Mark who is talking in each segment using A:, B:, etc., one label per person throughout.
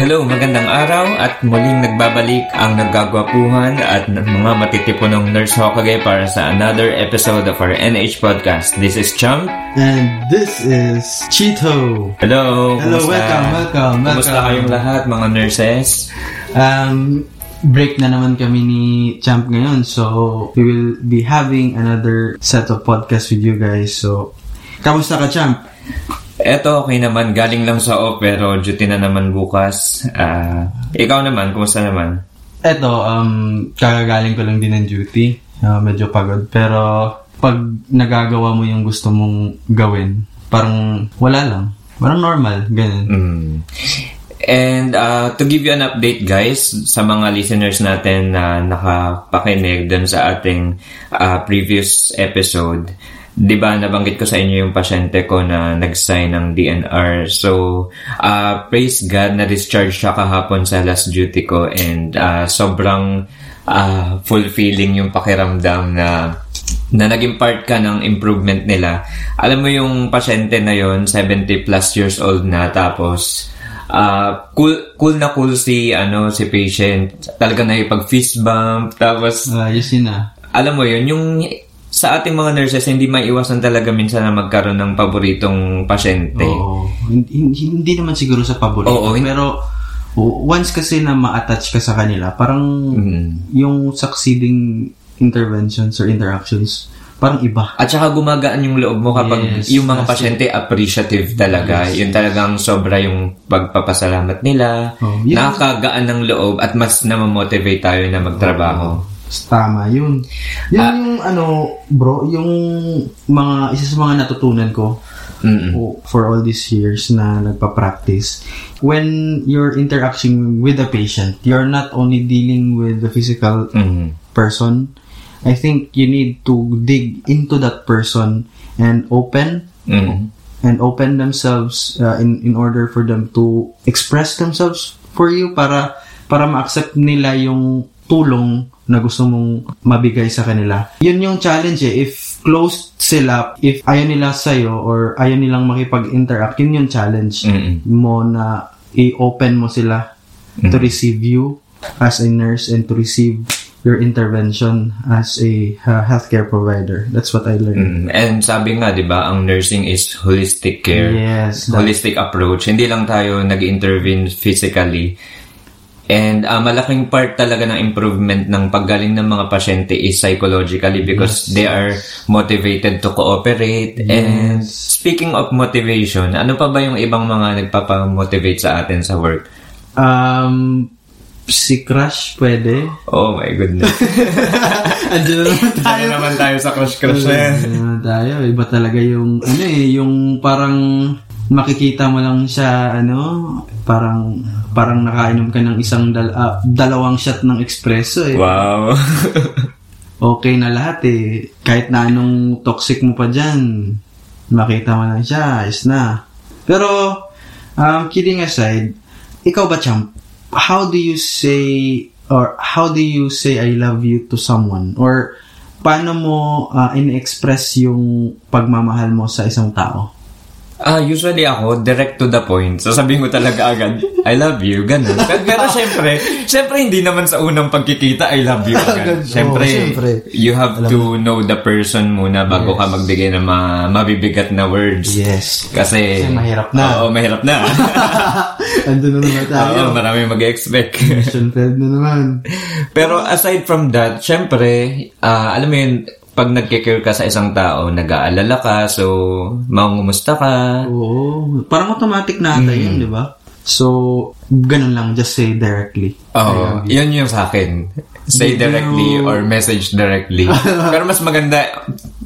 A: Hello, magandang araw at muling nagbabalik ang nagagwapuhan at n- mga matitipunong Nurse Hokage para sa another episode of our NH podcast. This is Chum.
B: And this is Cheeto.
A: Hello,
B: Hello, welcome, welcome, welcome.
A: Kumusta kayong lahat mga nurses?
B: Um, break na naman kami ni Champ ngayon. So, we will be having another set of podcasts with you guys. So, kamusta ka, Champ?
A: Eto, okay naman. Galing lang sa off pero duty na naman bukas. Ah, ikaw naman, kumusta naman?
B: Eto, um, kagagaling ko lang din ng duty. Uh, medyo pagod. Pero, pag nagagawa mo yung gusto mong gawin, parang wala lang. Parang normal, ganun.
A: Mm. And uh, to give you an update guys sa mga listeners natin na nakapakinig dun sa ating uh, previous episode, 'di ba nabanggit ko sa inyo yung pasyente ko na nag-sign ng DNR. So, uh, praise God na discharge siya kahapon sa last duty ko and uh, sobrang uh, fulfilling yung pakiramdam na na naging part ka ng improvement nila. Alam mo yung pasyente na yon 70 plus years old na tapos ah, cool, cool na cool si ano si patient. Talaga na pag fist bump tapos
B: Ayos yun ah.
A: alam mo yun yung sa ating mga nurses hindi maiwasan talaga minsan na magkaroon ng paboritong pasyente.
B: Oo. Hindi, hindi naman siguro sa paborito.
A: Oo, hin-
B: Pero o- once kasi na ma-attach ka sa kanila, parang
A: Mm.
B: yung succeeding interventions or interactions, parang iba.
A: At saka gumagaan yung loob mo kapag
B: Yes,
A: yung mga
B: that's it.
A: pasyente appreciative talaga. Yun talagang sobra yung pagpapasalamat nila.
B: Oh, yun.
A: Nakakagaan ng loob at mas namamotivate tayo na magtrabaho.
B: Oh. Tama yun. Yan
A: Ah.
B: yung ano, bro, yung mga, isa sa mga natutunan ko
A: Mm-mm.
B: o- for all these years na nagpa-practice. When you're interacting with a patient, you're not only dealing with the physical
A: Mm.
B: person, I think you need to dig into that person and open
A: Mm.
B: and open themselves uh, in in order for them to express themselves for you para para ma-accept nila yung tulong na gusto mong mabigay sa kanila. Yun yung challenge eh. If closed sila, if ayaw nila sa'yo or ayaw nilang makipag-interact, yun yung challenge
A: Mm.
B: mo na i-open mo sila to receive you as a nurse and to receive your intervention as a uh, healthcare provider. That's what I
A: Mm.
B: learned.
A: And sabi nga, 'di ba, ang nursing is holistic care.
B: Yes. that-
A: holistic approach. Hindi lang tayo nag-intervene physically. And ah, malaking part talaga ng improvement ng paggaling ng mga pasyente is psychologically because
B: Yes.
A: they are motivated to cooperate. And speaking of motivation, ano pa ba yung ibang mga nagpapamotivate sa atin sa work?
B: um, si Crush pwede.
A: Oh my goodness.
B: Andiyan na naman tayo.
A: naman tayo sa crush
B: Andiyan na naman Ano tayo. Iba talaga yung, ano eh, yung parang makikita mo lang siya, ano, parang parang nakainom ka ng isang dal- ah, dalawang shot ng espresso eh.
A: Wow.
B: okay na lahat eh. Kahit na anong toxic mo pa dyan, makita mo lang siya, ayos na. Pero, um, kidding aside, ikaw ba, champ? How do you say, or how do you say I love you to someone? Or, paano mo uh, in-express yung pagmamahal mo sa isang tao?
A: Ah, usually ako, direct to the point. Sasabihin ko talaga agad, I love you, ganun. Pero, pero syempre, syempre hindi naman sa unang pagkikita, I love you agad.
B: Agad,
A: Syempre,
B: oo, syempre.
A: you have to know the person muna bago ka magbigay ng mga mabibigat na words.
B: Yes.
A: Kasi,
B: Kasi mahirap na.
A: Oo, mahirap na.
B: Andun na naman tayo.
A: Oo, marami mag-expect.
B: Siyempre na naman.
A: Pero aside from that, syempre, ah, alam mo yun, pag nagkikare ka sa isang tao, nag-aalala ka, so, mangumusta ka.
B: Oo. Parang automatic na ata
A: Mm.
B: yun, di ba? So, ganun lang. Just say directly.
A: Oo, yun yung sa akin. Say
B: Did
A: directly
B: you-
A: or message directly. Pero mas maganda,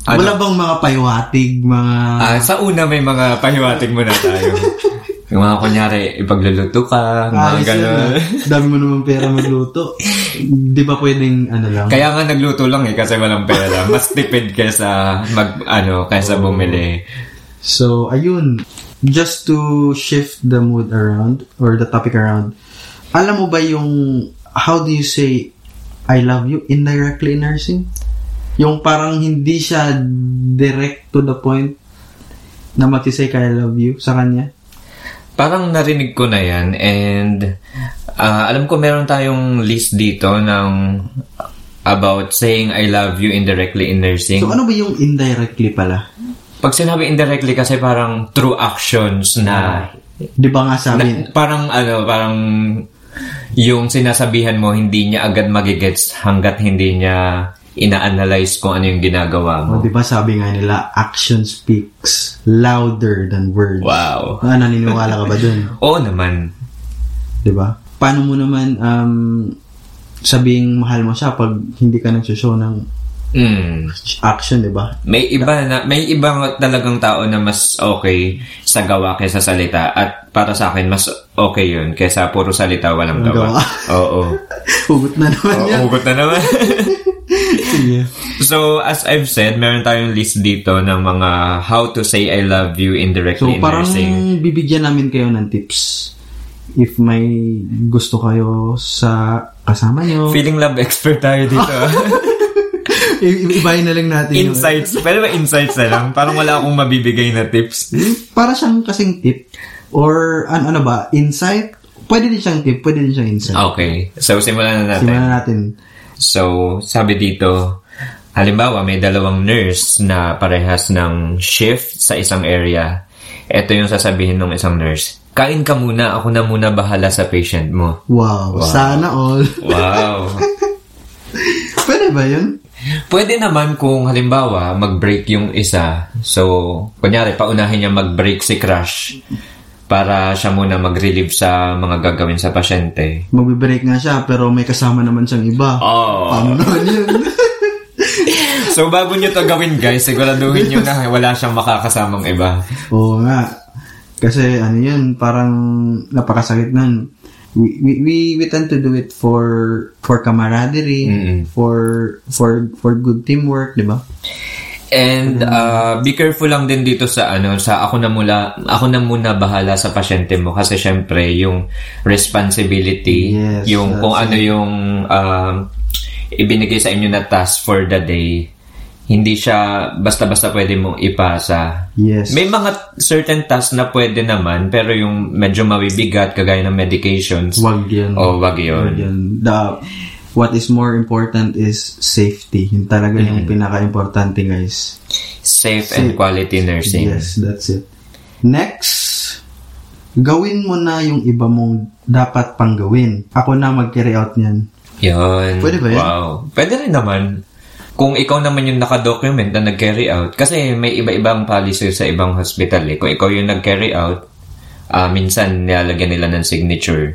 B: Wala
A: ano,
B: bang mga paywatig, mga...
A: ah, sa una may mga pahiwatig muna tayo. yung mga kunyari, ipagluluto ka, mga
B: ayos yun,
A: ganun.
B: ah. Dami mo naman pera magluto. Di ba pwedeng, ano lang?
A: Kaya nga nagluto lang eh, kasi walang pera. Mas tipid kaysa mag, ano, kaysa bumili.
B: So, ayun. Just to shift the mood around or the topic around, alam mo ba yung how do you say I love you indirectly in nursing? Yung parang hindi siya direct to the point na matisay ka I love you sa kanya?
A: parang narinig ko na yan and ah, alam ko meron tayong list dito ng about saying I love you indirectly in nursing.
B: So, ano ba yung indirectly pala?
A: Pag sinabi indirectly kasi parang through actions na,
B: Di ba
A: na
B: nga sabi,
A: parang ano, parang yung sinasabihan mo hindi niya agad magigets hanggat hindi niya ina-analyze kung ano yung ginagawa mo.
B: o oh, di ba sabi nga nila, action speaks louder than words.
A: Wow.
B: Ah, naniniwala ka ba dun?
A: Oo naman.
B: Di ba? Diba? Paano mo naman um, sabing mahal mo siya pag hindi ka nagsushow ng
A: Mm.
B: action, diba? di ba?
A: May iba na may ibang talagang tao na mas okay sa gawa kaysa salita at para sa akin mas okay 'yun kaysa puro salita walang
B: Walang
A: gawa.
B: gawa.
A: Oo.
B: Hugot na naman
A: Oo,
B: yan.
A: hugot na naman.
B: Sige.
A: so, as I've said, meron tayong list dito ng mga how to say I love you
B: So,
A: indirectly in
B: parang
A: nursing.
B: bibigyan namin kayo ng tips. If may gusto kayo sa kasama nyo,
A: Feeling love expert tayo dito.
B: i- i- ibahin na lang natin. yun.
A: insights. Pwede ba insights na lang? Parang wala akong mabibigay na tips.
B: Para siyang kasing tip or an, ano ba, insight? Pwede din siyang tip, pwede din siyang insight.
A: Okay. So, simulan na natin.
B: Simulan na natin.
A: So, sabi dito, halimbawa may dalawang nurse na parehas ng shift sa isang area. Ito yung sasabihin ng isang nurse. Kain ka muna, ako na muna bahala sa patient mo.
B: Wow, sana all.
A: Wow.
B: pwede ba yun?
A: Pwede naman kung halimbawa mag-break yung isa. So, kunyari, paunahin niya mag-break si crush para siya muna mag-relieve sa mga gagawin sa pasyente.
B: Magbe-break nga siya pero may kasama naman siyang iba.
A: Oh.
B: Paano naman yun?
A: So, bago niyo to gawin guys, siguraduhin niyo na wala siyang makakasamang iba.
B: Oo nga. Kasi ano yun, parang napakasakit nun. We, we, we, we tend to do it for for camaraderie,
A: Mm-mm.
B: for for for good teamwork, di ba?
A: And
B: Mm.
A: uh, be careful lang din dito sa ano sa ako na mula ako na muna bahala sa pasyente mo kasi syempre yung responsibility
B: Yes,
A: yung kung
B: that's
A: ano yung um, ibinigay sa inyo na task for the day hindi siya basta-basta pwede mong ipasa.
B: Yes.
A: May mga certain tasks na pwede naman pero yung medyo mabibigat kagaya ng medications.
B: Wag yun.
A: Oh, wag yun.
B: Wag yun. The, what is more important is safety. Yun talaga yung pinaka-importante, guys.
A: Safe, and quality nursing.
B: Yes, that's it. Next, gawin mo na yung iba mong dapat pang gawin. Ako na mag-carry out niyan.
A: Yun.
B: Pwede ba yun?
A: Wow. Pwede rin naman. Kung ikaw naman yung nakadocument na nag-carry out, kasi may iba-ibang policy sa ibang hospital eh. Kung ikaw yung nag-carry out, ah, minsan nilalagyan nila ng signature.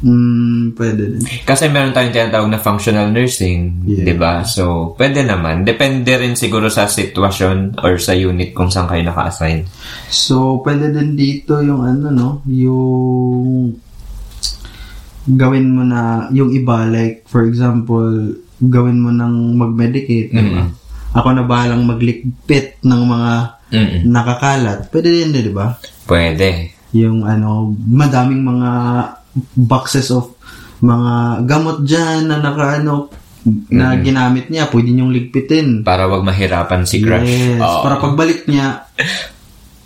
B: Mm, pwede din.
A: Kasi meron tayong tinatawag na functional nursing,
B: Yeah.
A: 'di ba? So, pwede naman. Depende rin siguro sa sitwasyon or sa unit kung saan kayo naka-assign.
B: So, pwede din dito yung ano, no? Yung gawin mo na yung iba, like, for example, gawin mo ng mag-medicate, di ba? Ako na balang maglikpit ng mga
A: Mm-mm.
B: nakakalat. Pwede din, di ba?
A: Pwede.
B: Yung ano, madaming mga boxes of mga gamot dyan na nakaano na ginamit niya, pwede niyong ligpitin.
A: Para wag mahirapan si crush.
B: Yes.
A: Oo.
B: Para pagbalik niya,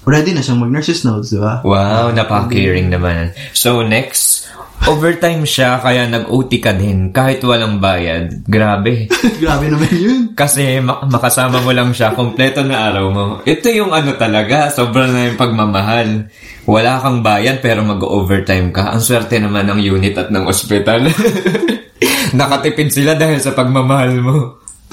B: ready na siyang mag-nurses notes, di ba?
A: Wow, napaka-caring naman. So, next, overtime siya kaya nag-OT ka din kahit walang bayad. Grabe.
B: Grabe naman yun.
A: Kasi mak- makasama mo lang siya, kompleto na araw mo. Ito yung ano talaga, sobrang na yung pagmamahal. Wala kang bayad pero mag-overtime ka. Ang swerte naman ng unit at ng ospital. Nakatipid sila dahil sa pagmamahal mo.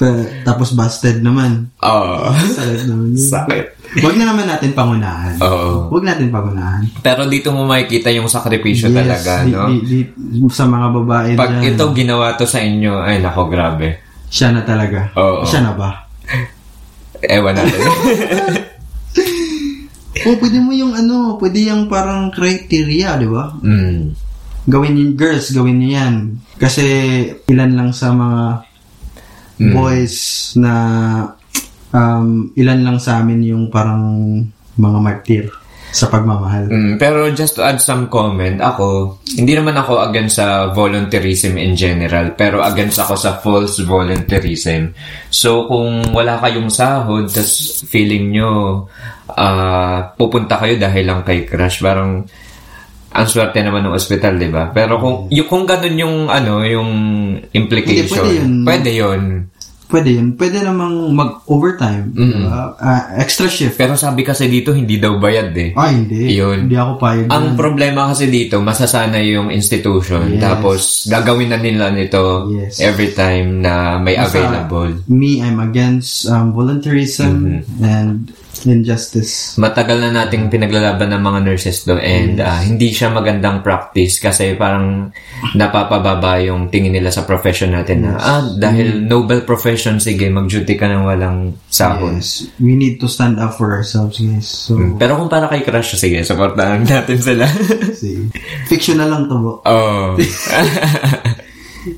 A: Ah,
B: Ta- tapos busted naman.
A: Oo.
B: Salat naman yun.
A: Sakit.
B: Huwag na naman natin pangunahan.
A: Oo.
B: Huwag natin pangunahan.
A: Pero dito mo makikita yung sakripisyo
B: Yes,
A: talaga,
B: di-
A: no?
B: di- di- sa mga babae
A: Pag
B: dyan,
A: ito ginawa to sa inyo, ay nako, grabe.
B: siya na talaga.
A: Oo.
B: Siya na ba?
A: Ewan natin.
B: O, Oh, pwede mo yung ano, pwede yung parang criteria, di ba?
A: mm.
B: Gawin yung girls, gawin niyo yan. Kasi ilan lang sa mga
A: Hmm.
B: boys na um, ilan lang sa amin yung parang mga martir. sa pagmamahal.
A: Mm, pero just to add some comment, ako, hindi naman ako against sa volunteerism in general, pero against ako sa false volunteerism. So, kung wala kayong sahod, tas feeling nyo, ah, pupunta kayo dahil lang kay crush, parang, ang swerte naman ng ospital, di ba? Pero kung, yung, kung ganun yung, ano, yung implication,
B: Hindi, pwede yun.
A: pwede yun.
B: Pwede yun. Pwede namang mag-overtime. diba? Ah, extra shift.
A: Pero sabi kasi dito, hindi daw bayad eh.
B: Ah, hindi.
A: Yun.
B: Hindi ako payag.
A: Ang
B: dun.
A: problema kasi dito, masasana yung institution.
B: Mm. Yes.
A: Tapos, gagawin na nila nito
B: Yes.
A: every time na may
B: Basta,
A: available.
B: Me, I'm against um, volunteerism
A: Mm-hmm.
B: and injustice.
A: Matagal na nating pinaglalaban ng mga nurses do and ah, hindi siya magandang practice kasi parang napapababa yung tingin nila sa profession natin na ah, dahil
B: Mm.
A: noble profession, sige, mag-duty ka ng walang sahod.
B: Yes. We need to stand up for ourselves, guys. So,
A: Pero kung para kay crush, sige, supportahan natin sila.
B: see. Fiction na lang to, bro.
A: oh.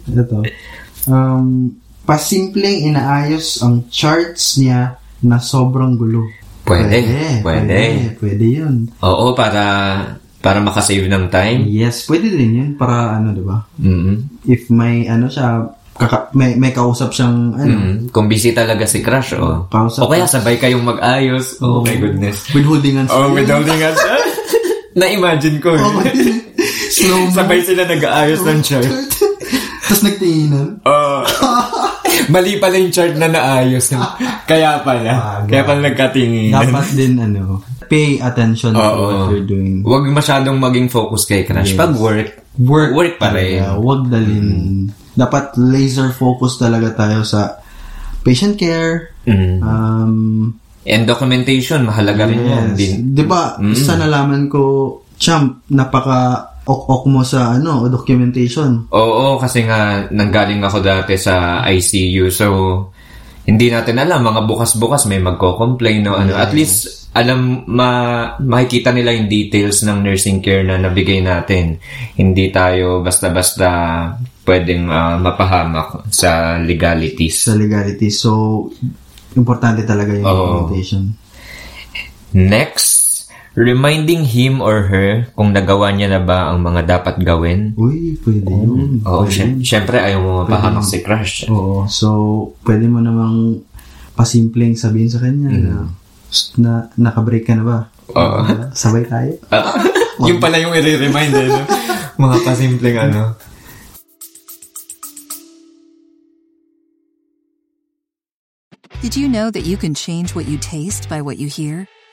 B: Ito. Um, pasimpleng inaayos ang charts niya na sobrang gulo.
A: Pwede.
B: Pwede.
A: Pwede.
B: Pwede yun.
A: Oo, para para makasave ng time.
B: Yes, pwede din yun para ano, di ba?
A: mm
B: If may ano siya, kaka- may, may kausap siyang ano,
A: Mm, kung busy talaga si crush, oh.
B: Pausa
A: o kaya sabay kayong mag-ayos. Oh,
B: Mm-hmm.
A: my goodness.
B: withholding hands.
A: Oh, without nga siya. Na-imagine ko. eh.
B: Oh, Slow mo.
A: sabay sila nag-aayos ng chart.
B: Tapos nagtinginan.
A: Oh. Mali pala yung chart na naayos. Kaya pala. Kaya pala nagkatinginan.
B: Ah, Dapat din ano, pay attention to
A: Oo.
B: what you're doing.
A: Huwag masyadong maging focus kay crush. Pag work,
B: Work.
A: work pa rin. Mm.
B: Kaya huwag dalhin. Dapat laser focus talaga tayo sa patient care.
A: Mm.
B: Um,
A: And documentation, mahalaga rin yan. Din.
B: Di ba,
A: Mm.
B: Diba, sa nalaman ko, champ, napaka ok-ok mo sa ano, documentation.
A: Oo, kasi nga nanggaling ako dati sa ICU. So, hindi natin alam. Mga bukas-bukas may magko-complain. No? Ano. At least, alam, ma makikita nila yung details ng nursing care na nabigay natin. Hindi tayo basta-basta pwedeng ah, mapahamak sa legalities.
B: sa legality. So, importante talaga yung
A: Oo.
B: documentation.
A: Next, reminding him or her kung nagawa niya na ba ang mga dapat gawin.
B: Uy, pwede yun.
A: Oo,
B: Pwede
A: syem-
B: yun.
A: syempre ayaw mo mapahamak si crush.
B: Oo. So, pwede mo namang pasimpleng sabihin sa kanya na, "Psst, na nakabreak ka na ba?
A: Mm. Oo.
B: Ah, sabay tayo.
A: Ah, yung pala yung i-remind eh. no? Mga pasimpleng ano.
C: Did you know that you can change what you taste by what you hear?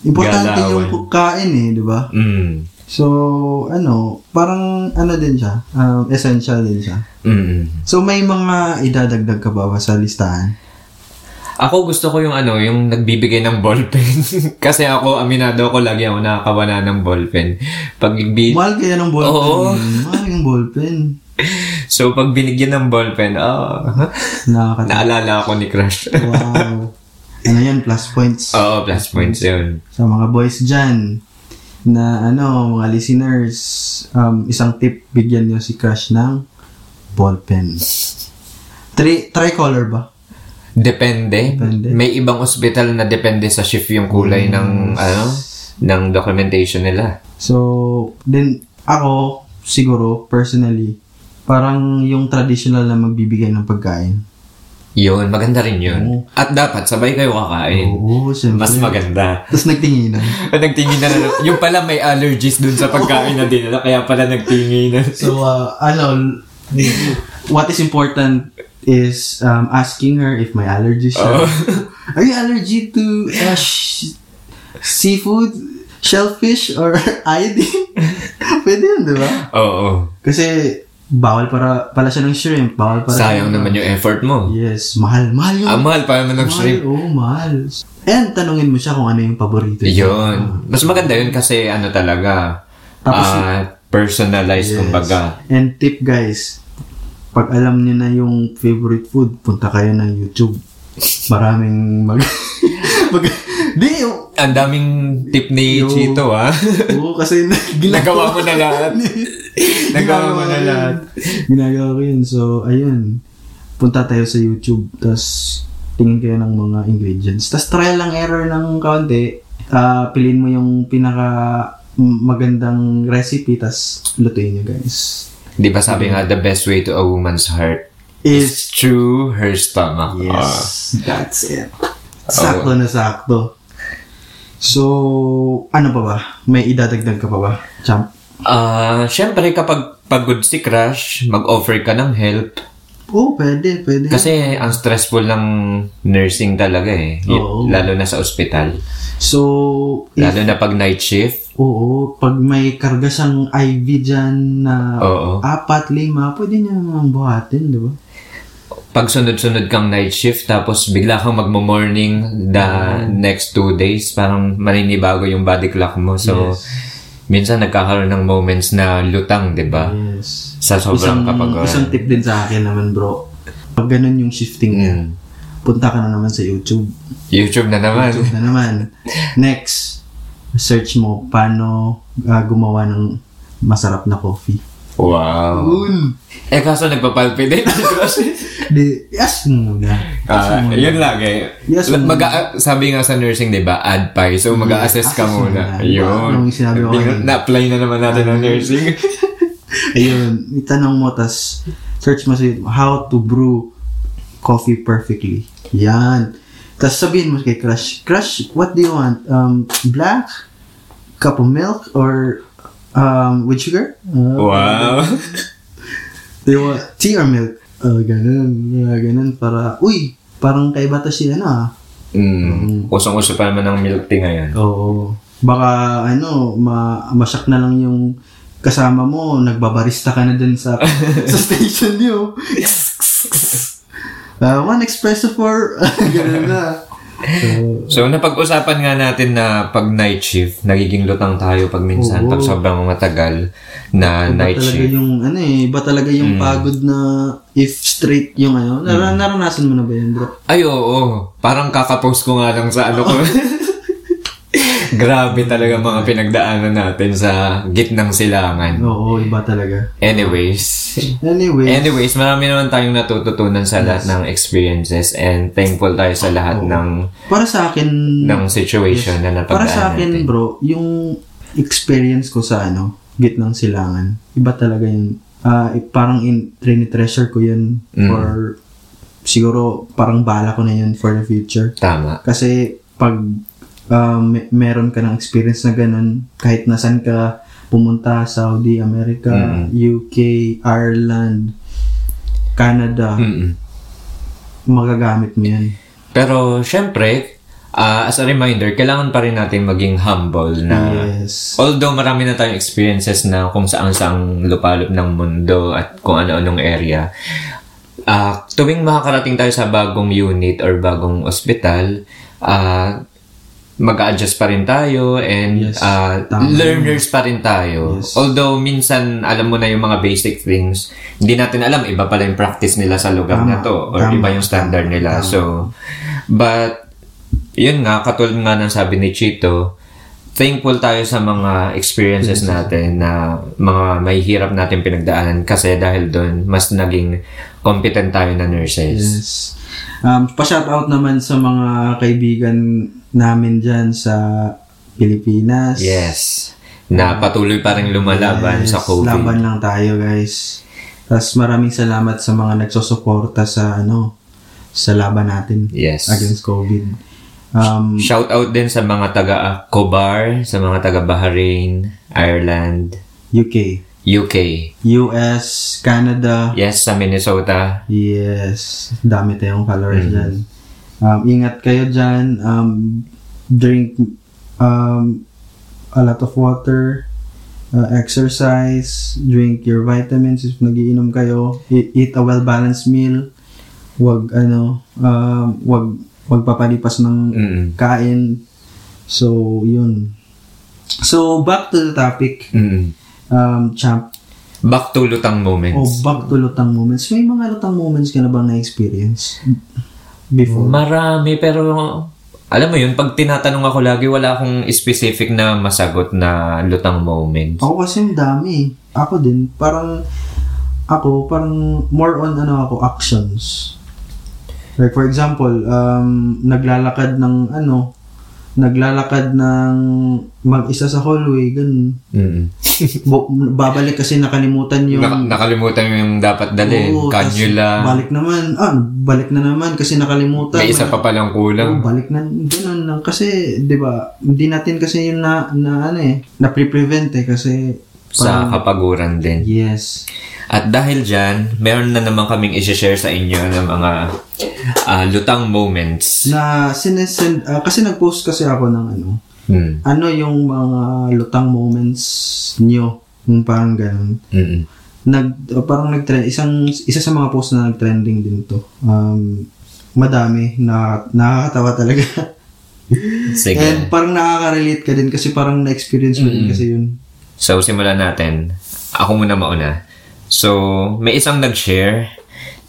B: Importante
A: Galawan.
B: yung kain eh, di ba?
A: Mm.
B: So, ano, parang ano din siya, um, essential din siya.
A: Mm.
B: So, may mga idadagdag ka ba ba sa listahan?
A: Ako gusto ko yung ano, yung nagbibigay ng ballpen. Kasi ako, aminado ako, lagi ako nakakawala ng ballpen. Pag bi-
B: Mahal kaya ng ballpen?
A: Oo.
B: Mahal yung ballpen.
A: so, pag binigyan ng ballpen, ah,
B: Nakakatawa.
A: naalala ako ni Crush.
B: Wow. ano yan, plus points
A: Oo, plus points yun.
B: sa mga boys dyan na ano, mga listeners, um, isang tip, bigyan nyo si Crush ng ballpen. Tri tricolor ba?
A: Depende.
B: Depende.
A: May ibang ospital na depende sa shift yung kulay ng, ano, ng documentation nila.
B: So, then, ako, siguro, personally, parang yung traditional na magbibigay ng pagkain.
A: Yun, maganda rin yun.
B: Oo.
A: At dapat, sabay kayo kakain.
B: Oo, syempre.
A: Mas maganda.
B: Tapos nagtinginan.
A: At nagtingin na lang. Yung pala may allergies dun sa pagkain na dinala, kaya pala nagtingin na.
B: So, uh, ano, what is important is um, asking her if may allergy siya.
A: Oh.
B: Are you allergic to uh, sh- seafood, shellfish, or iodine? Pwede yun, di ba?
A: Oo.
B: Kasi bawal para pala siya ng shrimp, bawal para
A: Sayang naman yung effort mo.
B: Yes, mahal, mahal yun.
A: Ah, mahal pa naman ng
B: Mahal,
A: shrimp.
B: Oo, mahal. And tanungin mo siya kung ano yung paborito. niya.
A: Yun. Mas maganda yun kasi ano talaga,
B: Tapos
A: ah, personalized
B: Yes.
A: kumbaga.
B: And tip guys, pag alam niyo na yung favorite food, punta kayo ng YouTube. Maraming mag... mag di, oo,
A: Ang daming tip ni
B: Yo.
A: Chito, ha?
B: oo, kasi
A: Nagawa mo na lahat. Nagawa mo na
B: yun.
A: lahat.
B: Ginagawa ko yun. So, ayun. Punta tayo sa YouTube. Tapos, tingin kayo ng mga ingredients. Tapos, trial lang error ng kaunti. Ah, piliin mo yung pinaka magandang recipe. Tapos, lutuin nyo, guys.
A: Di ba sabi nga, the best way to a woman's heart is
B: Is,
A: through her stomach. Ah.
B: yes. that's it. Sakto na sakto. So, ano pa ba? May idadagdag ka pa ba? Champ?
A: Ah, syempre kapag pagod si crush, mag-offer ka ng help.
B: Oo, pwede, pwede.
A: Kasi ang stressful ng nursing talaga eh. Y-
B: Oo.
A: Lalo na sa ospital.
B: so, if
A: Lalo na pag night shift.
B: Oo, pag may karga siyang IV dyan na
A: Oo.
B: apat, lima, pwede niya namang buhatin, di ba?
A: Pag sunod-sunod kang night shift tapos bigla kang magmo-morning the
B: Mm.
A: next two days, parang maninibago yung body clock mo. So, minsan nagkakaroon ng moments na lutang, di ba?
B: Yes.
A: Sa sobrang
B: Mm.
A: ah,
B: Isang,
A: kapagod.
B: isang tip din sa akin naman, bro. Pag ganun yung shifting niya,
A: Mm.
B: punta ka na naman sa YouTube.
A: YouTube na naman.
B: YouTube na naman. Next, search mo paano ah, gumawa ng masarap na coffee.
A: Wow.
B: Un!
A: Eh, kaso nagpapalpitate.
B: Di, yes muna.
A: Ah, yun lagi.
B: Yes,
A: L-
B: ma'am.
A: mag sabi nga sa nursing, di ba, ad pa. So, mag-assess ka
B: assess
A: muna.
B: muna.
A: Yun.
B: diba? Anong sinabi ko
A: Bigla-
B: kanina?
A: Na-apply na naman natin ang nursing.
B: Ayun, itanong mo, tas search mo sa YouTube, how to brew coffee perfectly. Yan. Tas sabihin mo kay Crush, Crush, what do you want? Um, black? Cup of milk? Or um, with sugar? Uh,
A: wow.
B: Do you want tea or milk? Uh, ganun, uh, ganun, para, uy, parang kay to si ano ah.
A: Mm. Usong-uso pa naman ng milk tea ngayon.
B: Oo. Baka, ano, ma masak na lang yung kasama mo, nagbabarista ka na dun sa, sa station niyo. Uh, one espresso for, ganun na.
A: So,
B: So,
A: napag-usapan nga natin na pag night shift, nagiging lutang tayo pag minsan,
B: Oo.
A: pag sobrang matagal na
B: iba
A: night
B: talaga
A: shift.
B: yung, ano eh, iba talaga yung pagod na if straight yung ano. Nar- Naranasan mo na ba yun, bro?
A: Ay, oo. Parang kakapost ko nga lang sa ano ko. Grabe talaga mga pinagdaanan natin sa gitnang silangan.
B: Oo, iba talaga.
A: Anyways,
B: Anyway,
A: anyways, marami naman tayong natututunan sa lahat ng experiences and thankful tayo sa lahat ng
B: para sa akin,
A: ng situation na napagdaanan
B: Mm. Para sa akin,
A: natin.
B: bro, yung experience ko sa ano, gitnang silangan, iba talaga yun. Ah, eh, parang in, treasure ko yun
A: Mm.
B: for siguro parang bala ko na yun for the future.
A: Tama.
B: Kasi pag ah, me- meron ka ng experience na ganun, kahit nasan ka pumunta, Saudi, America,
A: Mm.
B: UK, Ireland, Canada,
A: Mm-mm.
B: magagamit mo yan.
A: Pero syempre, ah, as a reminder, kailangan pa rin natin maging humble na
B: Yes.
A: Although marami na tayong experiences na kung saan saang lupalop ng mundo at kung ano-anong area, ah, tuwing makakarating tayo sa bagong unit or bagong ospital, ah, mag-adjust pa rin tayo and
B: Yes,
A: ah,
B: tama.
A: learners pa rin tayo.
B: Yes.
A: Although minsan alam mo na yung mga basic things, hindi natin alam, iba pala yung practice nila sa lugar na
B: Tama,
A: to or
B: tama,
A: iba yung standard
B: tama,
A: nila.
B: tama.
A: So, but yun nga, katulad nga ng sabi ni Chito, thankful tayo sa mga experiences natin na mga may hirap natin pinagdaanan kasi dahil doon, mas naging competent tayo na nurses.
B: Yes. Um, pa-shoutout naman sa mga kaibigan namin dyan sa Pilipinas.
A: Yes. Na patuloy pa rin lumalaban
B: Yes,
A: sa COVID.
B: Laban lang tayo, guys. Tapos maraming salamat sa mga nagsusuporta sa ano sa laban natin
A: Yes.
B: against COVID. Um,
A: Shout out din sa mga taga ah, Kobar, sa mga taga Bahrain, Ireland,
B: UK,
A: UK.
B: US, Canada.
A: Yes, sa Minnesota.
B: Yes. Dami tayong followers dyan. Um, ingat kayo dyan. Um, drink um, a lot of water. uh, exercise, drink your vitamins if nagiinom kayo, e- eat a well-balanced meal, wag ano, um, wag wag papalipas ng
A: Mm.
B: kain. So, yun. So, back to the topic,
A: Mm.
B: um, champ.
A: Back to lutang
B: O,
A: moments.
B: back to lutang moments. May mga lutang moments ka na bang na-experience? Before?
A: Marami, pero alam mo yun, pag tinatanong ako lagi, wala akong specific na masagot na lutang moment.
B: Ako kasi ang dami. Ako din, parang, ako, parang more on ano ako, actions. Like for example, um, naglalakad ng ano, naglalakad ng mag-isa sa hallway, ganun.
A: Mm.
B: Bo- babalik kasi nakalimutan Oh. yung...
A: Nak- nakalimutan mo yung dapat dalhin.
B: Oo, tas
A: Cannula.
B: Balik naman. Ah, balik na naman kasi nakalimutan.
A: May isa pa palang kulang.
B: Oo, balik na, ganun lang. Kasi, di ba, hindi natin kasi yun na, na ano eh, na-prevent eh, kasi,
A: sa kapaguran din.
B: yes.
A: At dahil dyan, meron na naman kaming isi-share sa inyo ng mga ah, lutang moments.
B: na sinesend ah, kasi nag-post kasi ako ng ano
A: Mm.
B: ano yung mga lutang moments nyo yung parang ganun
A: Mm-mm.
B: nag ah, parang nag isang isa sa mga post na nag-trending din to um madami na nakakatawa talaga and
A: Sige.
B: parang nakaka-relate ka din kasi parang na-experience mo din kasi yun
A: So, simulan natin. Ako muna mauna. So, may isang nag-share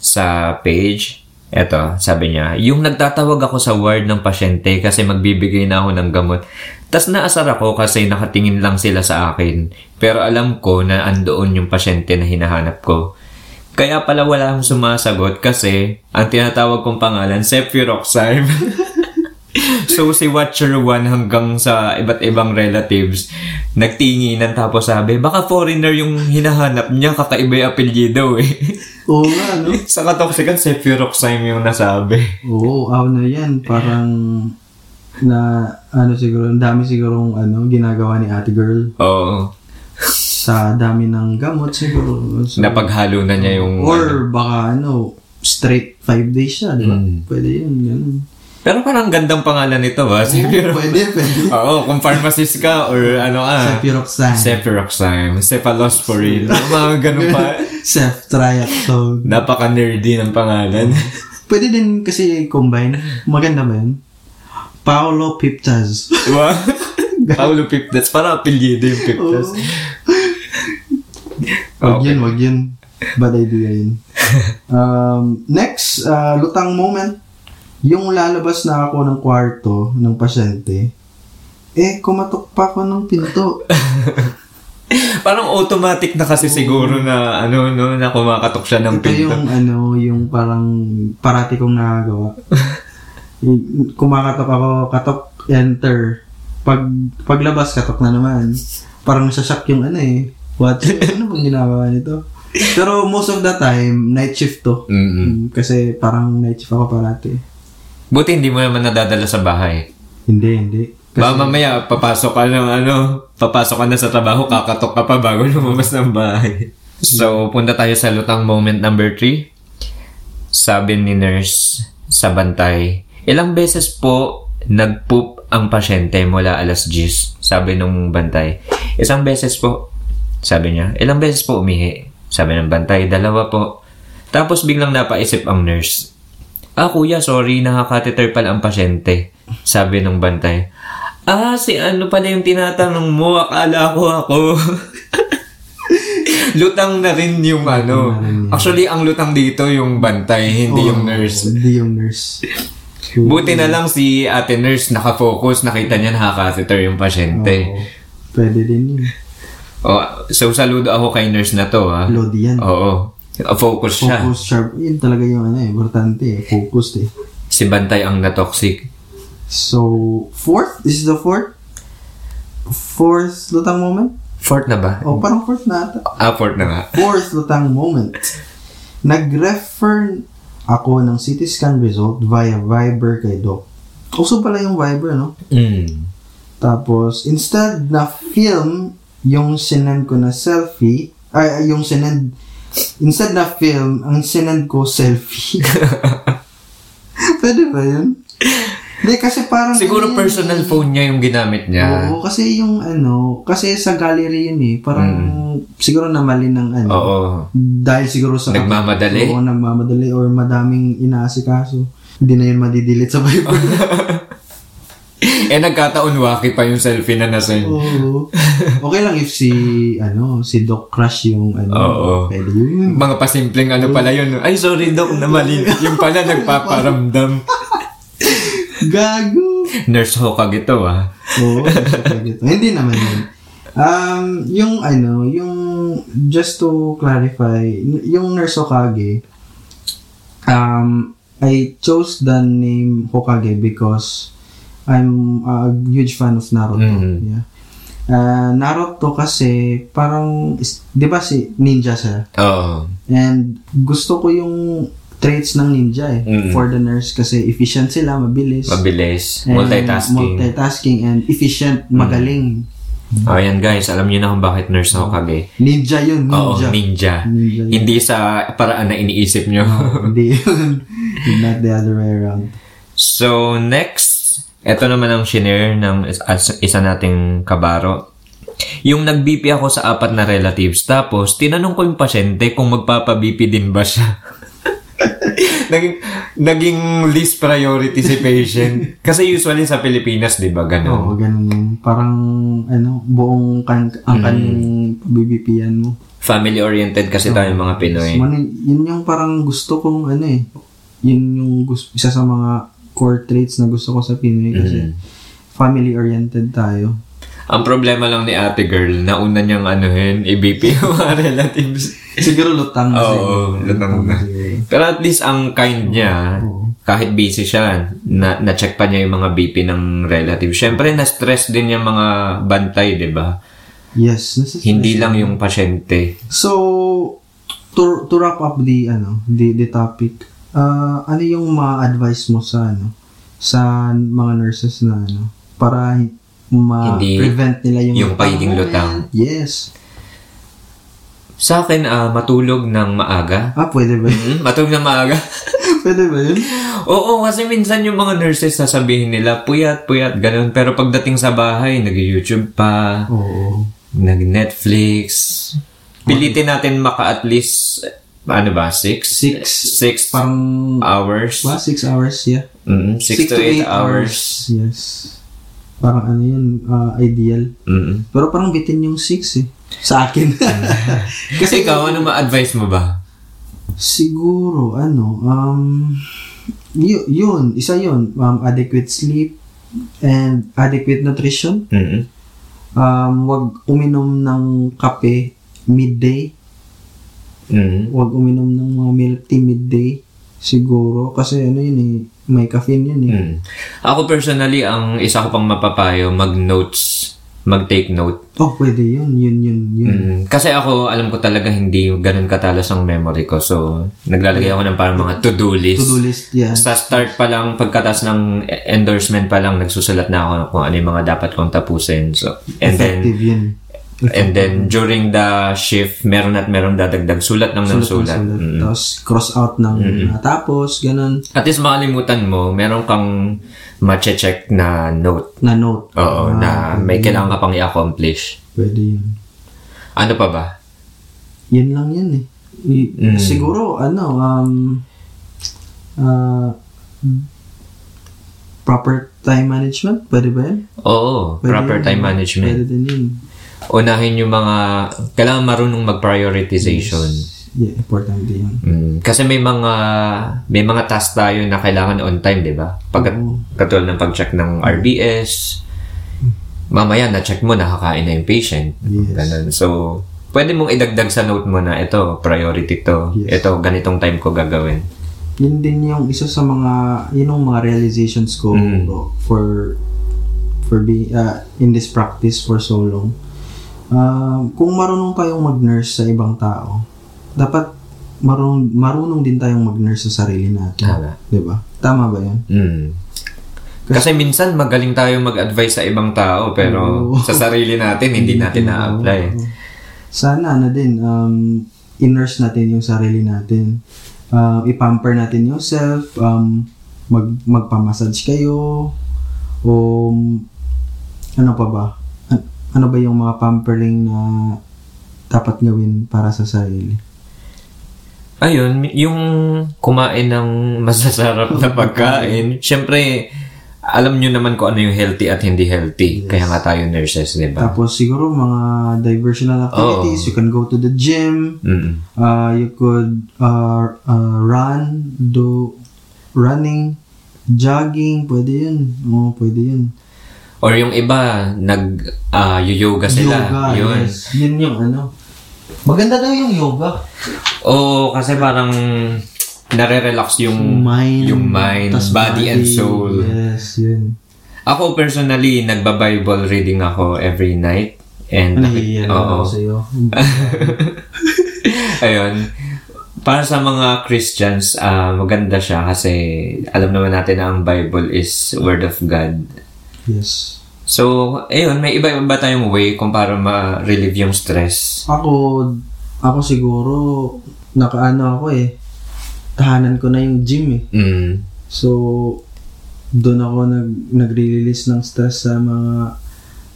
A: sa page. Eto, sabi niya, yung nagtatawag ako sa ward ng pasyente kasi magbibigay na ako ng gamot. Tas naasar ako kasi nakatingin lang sila sa akin. Pero alam ko na andoon yung pasyente na hinahanap ko. Kaya pala wala akong sumasagot kasi ang tinatawag kong pangalan, Sephiroxime. so si Watcher 1 hanggang sa iba't ibang relatives, nagtinginan tapos sabi, baka foreigner yung hinahanap niya, kakaiba yung apelyido eh.
B: oo nga no
A: Sa katoksikan, Sephiroxime yung nasabi.
B: oo oh, ano yan parang na ano siguro ang dami sigurong ano ginagawa ni ate girl
A: Oo.
B: sa dami ng gamot siguro So,
A: Napaghalo na niya yung...
B: Or baka ano, straight five days siya, di ba?
A: Mm.
B: Pwede yun, ganun.
A: Pero parang gandang pangalan nito ba? Sephiroxime.
B: Pwede, pwede.
A: Oo, kung pharmacist ka or ano ka.
B: Cepiroxan.
A: Sephiroxime. Cephalosporin. Mga ganun pa.
B: Sef triactone.
A: Napaka-nerdy ng pangalan.
B: Pwede din kasi combine. Maganda ba yun? Paolo Piptas.
A: Diba? Paulo Piptas. Parang apelyido yung Piptas.
B: Oo. Wag yun, wag yun. Bad idea yun. um, next, uh, lutang moment. Yung lalabas na ako ng kwarto ng pasyente, eh, kumatok pa ako ng pinto.
A: Parang automatic na kasi siguro na ano no na kumakatok siya ng
B: Ito
A: pinto.
B: yung ano, yung parang parati kong nagagawa. Yung Kumakatok ako, katok, enter. Pag paglabas, katok na naman. Parang sasak yung ano eh. What? ano bang ginagawa nito? Pero most of the time, night shift to.
A: Mm-mm.
B: Mm, Kasi parang night shift ako parati.
A: Buti hindi mo naman nadadala sa bahay.
B: Hindi, hindi.
A: Ba mamaya papasok ka ng ano, papasok ka na sa trabaho, kakatok ka pa bago lumabas ng bahay. So, punta tayo sa lutang moment number 3. Sabi ni nurse sa bantay, ilang beses po nag-poop ang pasyente mula alas 10, sabi nung bantay. Isang beses po, sabi niya. Ilang beses po umihi, sabi ng bantay. Dalawa po. Tapos biglang napaisip ang nurse. Ah, kuya, sorry, nakakateter pala ang pasyente, sabi nung bantay. Ah, si ano pala yung tinatanong mo? Akala ko ako. lutang na rin yung ano. Actually, ang lutang dito yung bantay, hindi yung nurse.
B: Hindi yung nurse.
A: Buti na lang si ate nurse nakafocus, nakita niya nakakateter yung pasyente.
B: Oo. Pwede din yun.
A: Oh, so, saludo ako kay nurse na to, ha?
B: Lodi yan.
A: Oo. Focus siya.
B: Focus sharp. Yun talaga yung ano eh. Importante eh. Focused eh.
A: Si Bantay ang na-toxic.
B: So, fourth? This is the fourth? Fourth lutang moment?
A: Fourth na ba?
B: O parang fourth na ata.
A: Ah, fourth na nga.
B: Fourth lutang moment. Nag-refer ako ng CT scan result via Viber kay Doc. Uso pala yung Viber, no?
A: Mm.
B: Tapos, instead na film yung sinend ko na selfie, ay, ay, yung sinend, instead na film, ang sinend ko selfie. Pwede ba yun? Hindi, kasi parang...
A: Siguro
B: ano yun
A: personal
B: eh.
A: phone niya yung ginamit niya.
B: Oo, kasi yung ano, kasi sa gallery yun eh, parang siguro namali ng ano.
A: Mm. Oo.
B: Dahil siguro sa...
A: Nagmamadali?
B: Oo, nagmamadali or madaming inaasikaso. Hindi na yun madidelete sa Viber.
A: Eh, nagkataon waki pa yung selfie na nasa
B: Oo. Okay lang if si, ano, si Doc Crush yung, ano,
A: Oo.
B: pwede yun.
A: Mga pasimpleng ano pala yun. Ay, sorry Doc, namali. Yung pala nagpaparamdam.
B: Gago!
A: Nurse Hokage ito ah.
B: Oo, nasa Hindi naman yun. Um, yung ano, yung just to clarify, yung Nurse Hokage, um, I chose the name Hokage because I'm a huge fan of Naruto.
A: Mhm.
B: Yeah. Uh, Naruto kasi parang, is- di ba si ninja siya?
A: Oo.
B: And gusto ko yung traits ng ninja eh,
A: Mhm.
B: for the nurse kasi efficient sila, mabilis.
A: Mabilis.
B: And
A: Multitasking.
B: Multitasking Mm. and efficient, magaling.
A: Oh, yan guys. Alam niyo na kung bakit Nurse Hokage.
B: Ninja yun,
A: Oo,
B: ninja.
A: ninja.
B: Ninja yun.
A: Hindi sa paraan na iniisip niyo.
B: Hindi yun. Not the other way around.
A: So, next, eto naman ang shinare ng is- as- isa nating kabaro. Yung nag-BP ako sa apat na relatives, tapos tinanong ko yung pasyente kung magpapa-BP din ba siya. naging, naging least priority si patient. Kasi usually sa Pilipinas, di ba,
B: Oo,
A: ganun?
B: ganun yun. Parang, ano, buong kan ang kanyang BBPan mo.
A: Family-oriented kasi tayo mga Pinoy.
B: So, ano, yun yung parang gusto kong, ano eh, yun yung gusto, isa sa mga core traits na gusto ko sa Pinoy kasi family-oriented tayo.
A: Ang problema lang ni ate girl, nauna niyang ano yun, i-BP yung mga relatives.
B: Siguro lutang kasi.
A: Oo, lutang na.
B: siguro.
A: Pero at least ang kind niya,
B: Oo.
A: kahit busy siya, na, na-check pa niya yung mga BP ng relative. Siyempre, na-stress din yung mga bantay, di ba?
B: Yes. nasa-
A: Hindi lang yung pasyente.
B: So, to, to wrap up the, ano, the, the topic, ah, ano yung mga advice mo sa, ano, sa mga nurses na, ano, para
A: Hindi-
B: ma-prevent nila yung...
A: yung pagiging lutang.
B: Yes.
A: Sa akin, ah, matulog ng maaga.
B: Ah, pwede ba
A: Hmm?
B: yun?
A: Matulog ng maaga?
B: pwede ba yun?
A: Oo, kasi minsan yung mga nurses sasabihin nila, puyat, puyat, ganun. Pero pagdating sa bahay, nag-YouTube pa,
B: Oo.
A: nag-Netflix. Pilitin natin maka at least, ano ba, six?
B: Six.
A: Six
B: Parang,
A: hours.
B: ba, six hours, yeah.
A: Mm, six, to, eight, hours.
B: Yes. Parang ano yun, ah, ideal.
A: Mm.
B: Pero parang bitin yung six eh. Sa akin.
A: Kasi ikaw, ano ma-advise mo ba?
B: Siguro, ano, um, y- yun, isa yun, um, adequate sleep and adequate nutrition.
A: Mm.
B: Um, wag uminom ng kape midday.
A: Mm.
B: Wag uminom ng mga milk tea midday. Siguro, kasi ano yun eh, may caffeine yun eh.
A: Mm. Ako personally, ang isa ko pang mapapayo, mag-notes, mag-take note.
B: Oh, pwede yun, yun, yun, yun.
A: Mm. Kasi ako, alam ko talaga hindi ganun katalas ang memory ko. So, naglalagay ako ng parang mga to-do list.
B: To-do list yan.
A: Sa start pa lang, pagkatas ng e- endorsement pa lang, nagsusulat na ako kung ano yung mga dapat kong tapusin. So, and then,
B: Effective yun.
A: and then, during the shift, meron at meron dadagdag sulat ng
B: Sulat ng
A: ng sulat.
B: sulat.
A: Mm.
B: Tapos, cross out ng natapos, ganun,
A: At least makalimutan mo, meron kang mache-check na note.
B: na note.
A: Oo,
B: Ah,
A: na may
B: pwede yun.
A: kailangan ka pang i-accomplish.
B: Pwede yun.
A: Ano pa ba?
B: Yan lang yan eh. I-
A: Mm.
B: Siguro, ano, um, ah, proper time management, pwede ba yan?
A: Oo,
B: Pwede
A: proper
B: yun.
A: time management.
B: Pwede din yun.
A: Unahin yung mga, kailangan marunong mag-prioritization.
B: Yeah, important din yun.
A: Mm, kasi may mga, may mga task tayo na kailangan on time, di ba? Pag,
B: Oo.
A: katulad ng pag-check ng RBS, mamaya na-check mo, nakakain na yung patient.
B: Yes.
A: Ganun. So, pwede mong idagdag sa note mo na ito, priority to.
B: Yes.
A: Ito, ganitong time ko gagawin.
B: Yun din yung isa sa mga, yun yung mga realizations ko
A: Mm.
B: bro, for for being ah, in this practice for so long. Um, kung marunong tayong mag-nurse sa ibang tao, dapat marunong, marunong din tayong mag-nurse sa sarili natin.
A: Tama.
B: Di ba? Diba? Tama ba yun?
A: Mm. Kasi minsan magaling tayo mag-advise sa ibang tao pero
B: Oo.
A: sa sarili natin hindi natin na-apply.
B: Sana na din, um, in-nurse natin yung sarili natin. Um, ipamper natin yung self, um, mag, magpamassage kayo, o um, ano pa ba? An- ano ba yung mga pampering na dapat gawin para sa sarili?
A: Ayun, yung kumain ng masasarap na pagkain, syempre, alam nyo naman kung ano yung healthy at hindi healthy. Kaya nga tayo nurses, di ba?
B: Tapos siguro mga diversional activities,
A: Oo.
B: you can go to the gym,
A: Mm.
B: uh, you could uh, uh, run, do running, jogging, pwede yun. Oo, pwede yun.
A: Or yung iba, nag-yoga sila.
B: yoga,
A: Yun.
B: yes. Yun yung ano. Maganda daw yung yoga.
A: Oo, kasi parang nare-relax yung
B: Mind.
A: Mm. yung mind,
B: tas
A: body, and soul.
B: Yes, yun.
A: Ako personally, nagba-Bible reading ako every night. And
B: Nahihiyan
A: Oo.
B: ako sa'yo.
A: Ayun. Para sa mga Christians, ah, maganda siya kasi alam naman natin na ang Bible is Word of God.
B: Yes.
A: So, ayun, may iba-iba tayong way kung para ma-relieve yung stress.
B: Ako, ako siguro, nakaano ako eh. Tahanan ko na yung gym eh.
A: Mm.
B: So, doon ako nag, nag-release ng stress sa mga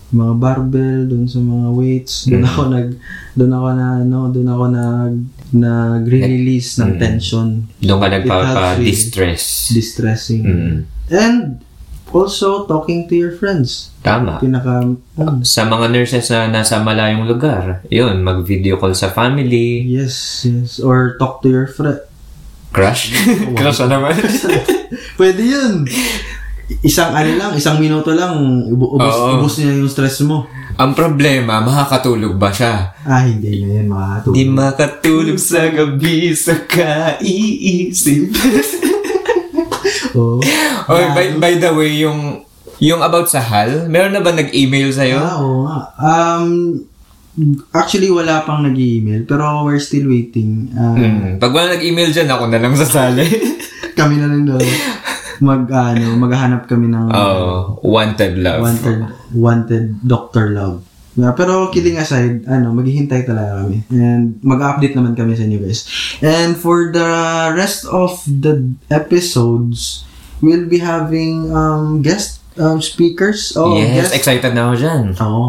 B: mga barbell, doon sa mga weights,
A: Mm.
B: doon ako nag doon ako na ano, doon ako nag nag-release ng
A: Mm.
B: tension,
A: Doon ka
B: It's
A: nagpapa-distress.
B: distressing.
A: Mm.
B: And also talking to your friends.
A: Tama.
B: Pinaka oh,
A: Sa mga nurses na nasa malayong lugar, yun, mag-video call sa family.
B: yes, yes or talk to your friend.
A: Crush? Crush na naman.
B: Pwede 'yun. Isang ano lang, isang minuto lang, ubu- ubus,
A: Oo.
B: ubus niya yung stress mo.
A: ang problema, makakatulog ba siya?
B: Ah, hindi na yan, makakatulog.
A: Di makatulog sa gabi sa kaiisip.
B: Oo.
A: Oy, by, by the way, yung yung about sa hal, meron na ba nag-email sa'yo?
B: Ah, oo nga. Um, actually, wala pang nag email pero we're still waiting. Uh,
A: Hmm. Pag wala nag-email dyan, ako na lang sasali.
B: Kami na lang daw mag, ano, maghahanap kami ng
A: oh, wanted love.
B: wanted, wanted Dr. Love. Yeah, pero kidding aside, ano, maghihintay talaga kami. And mag-update naman kami sa inyo guys. And for the rest of the episodes, we'll be having um, guest um, speakers. Oh,
A: yes,
B: guest
A: excited na ako dyan.
B: Oo.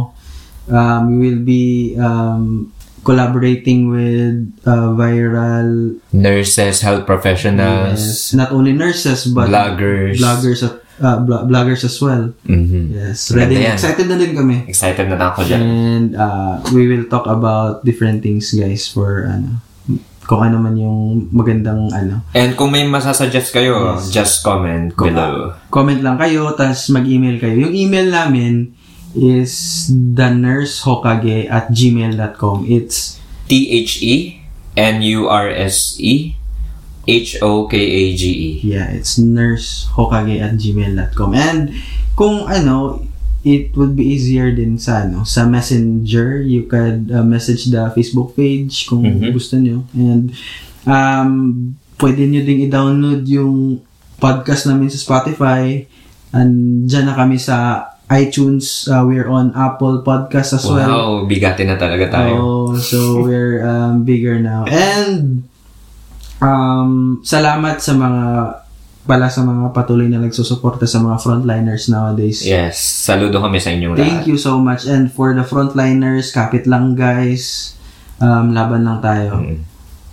B: Um, we will be um, collaborating with uh, viral
A: Nurses, health professionals.
B: yes, not only nurses but
A: Bloggers.
B: bloggers at uh, blo- bloggers as well.
A: Mhm.
B: Yes,
A: Maganda
B: ready.
A: yan.
B: Excited na din kami.
A: Excited na ako dyan.
B: And uh, we will talk about different things guys for ano kung ano man yung magandang ano.
A: And kung may masasuggest kayo,
B: Yes.
A: just comment below.
B: Comment lang kayo, tas mag-email kayo. Yung email namin is thenursehokage at gmail.com. It's
A: E T-H-E-N-U-R-S-E H-O-K-A-G-E
B: Yeah, it's nursehokage at gmail.com. And kung ano, it would be easier din sa ano, sa Messenger, you could uh, message the Facebook page kung
A: Mhm.
B: gusto nyo. And um, pwede nyo ding i-download yung podcast namin sa Spotify. And dyan na kami sa iTunes. Uh, we're on Apple Podcast as
A: Wow,
B: well.
A: bigatin na talaga tayo.
B: Oh, so we're um, bigger now. And um, salamat sa mga pala sa mga patuloy na nagsusuporta sa mga frontliners nowadays.
A: Yes, saludo kami sa inyong lahat.
B: Thank you so much. And for the frontliners, kapit lang guys. Um, laban lang tayo.
A: Mm.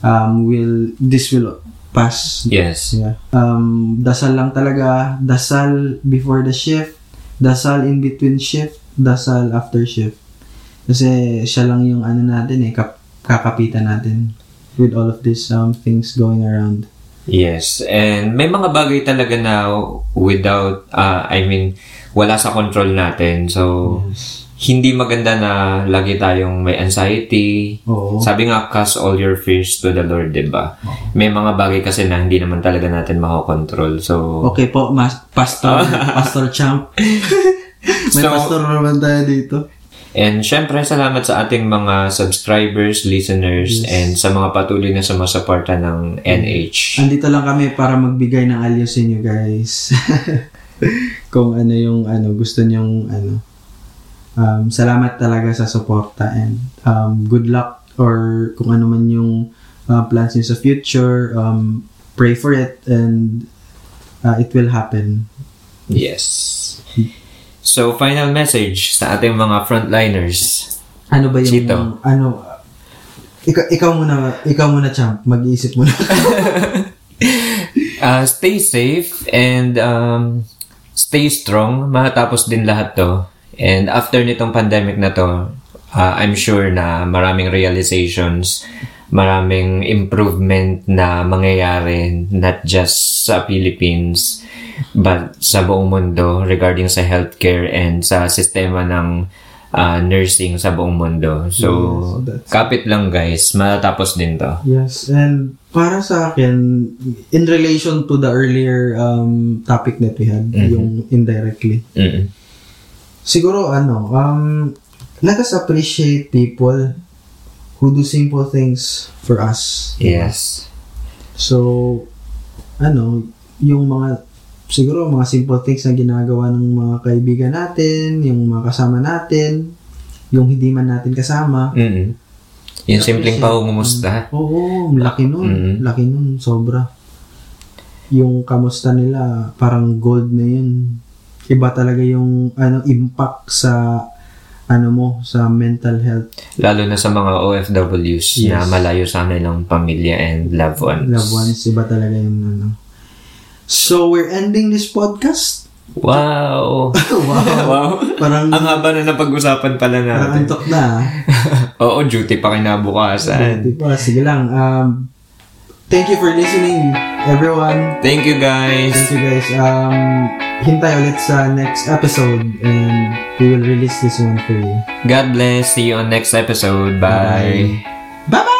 B: Um, will this will pass.
A: Yes.
B: Yeah. Um, dasal lang talaga. Dasal before the shift. Dasal in between shift. Dasal after shift. Kasi siya lang yung ano natin eh, kap- kakapitan natin with all of these um, things going around.
A: Yes. And may mga bagay talaga na without, ah, I mean, wala sa control natin. So, hindi maganda na lagi tayong may anxiety.
B: Oo.
A: Sabi nga, cast all your fears to the Lord, di ba? May mga bagay kasi na hindi naman talaga natin makokontrol. So,
B: Okay po, mas, Pastor, Pastor Champ. May
A: So-
B: pastor naman tayo dito.
A: And syempre, salamat sa ating mga subscribers, listeners, and sa mga patuloy na sumusuporta ng NH.
B: Andito lang kami para magbigay ng aliyo sa inyo guys. Kung ano yung ano gusto niyong ano. Um, salamat talaga sa suporta and um, good luck or kung ano man yung uh, plans niyo sa future, um, pray for it and uh, it will happen.
A: Yes. So, final message sa ating mga frontliners.
B: Ano ba yung...
A: Chito.
B: Ano... Ikaw, ikaw muna, ikaw muna, champ. Mag-iisip muna.
A: Uh, stay safe and um, stay strong. Matatapos din lahat to. And after nitong pandemic na to, uh, I'm sure na maraming realizations, maraming improvement na mangyayari not just sa Philippines but sa buong mundo regarding sa healthcare and sa sistema ng uh, nursing sa buong mundo. So,
B: Yes, that's-
A: kapit lang guys, matatapos din to.
B: Yes, and para sa akin, in relation to the earlier um, topic that we had, yung indirectly,
A: Mm.
B: siguro ano, um, let us appreciate people who do simple things for us.
A: Yes.
B: So, ano, yung mga, siguro mga simple things na ginagawa ng mga kaibigan natin, yung mga kasama natin, yung hindi man natin kasama.
A: Mm. Yung simpleng
B: Appreciate.
A: pahumumusta.
B: Oo, laki nun.
A: Mm.
B: Laki nun, sobra. Yung kamusta nila, parang gold na yun. Iba talaga yung ano impact sa ano mo sa mental health
A: Lalo na sa mga OFWs na
B: Yes.
A: malayo sa kanilang pamilya and loved ones.
B: loved ones iba talaga yung ano so we're ending this podcast
A: Wow!
B: wow
A: wow!
B: parang
A: Ang haba na napag-usapan pala
B: parang
A: natin.
B: antok na ah.
A: Oo, duty pa kinabukasan.
B: Di ba? sige lang um thank you for listening everyone
A: Thank you guys!
B: Thank you guys. Um, hintay ulit sa next episode and we will release this one for you.
A: God bless! See you on next episode. Bye.
B: Bye-bye!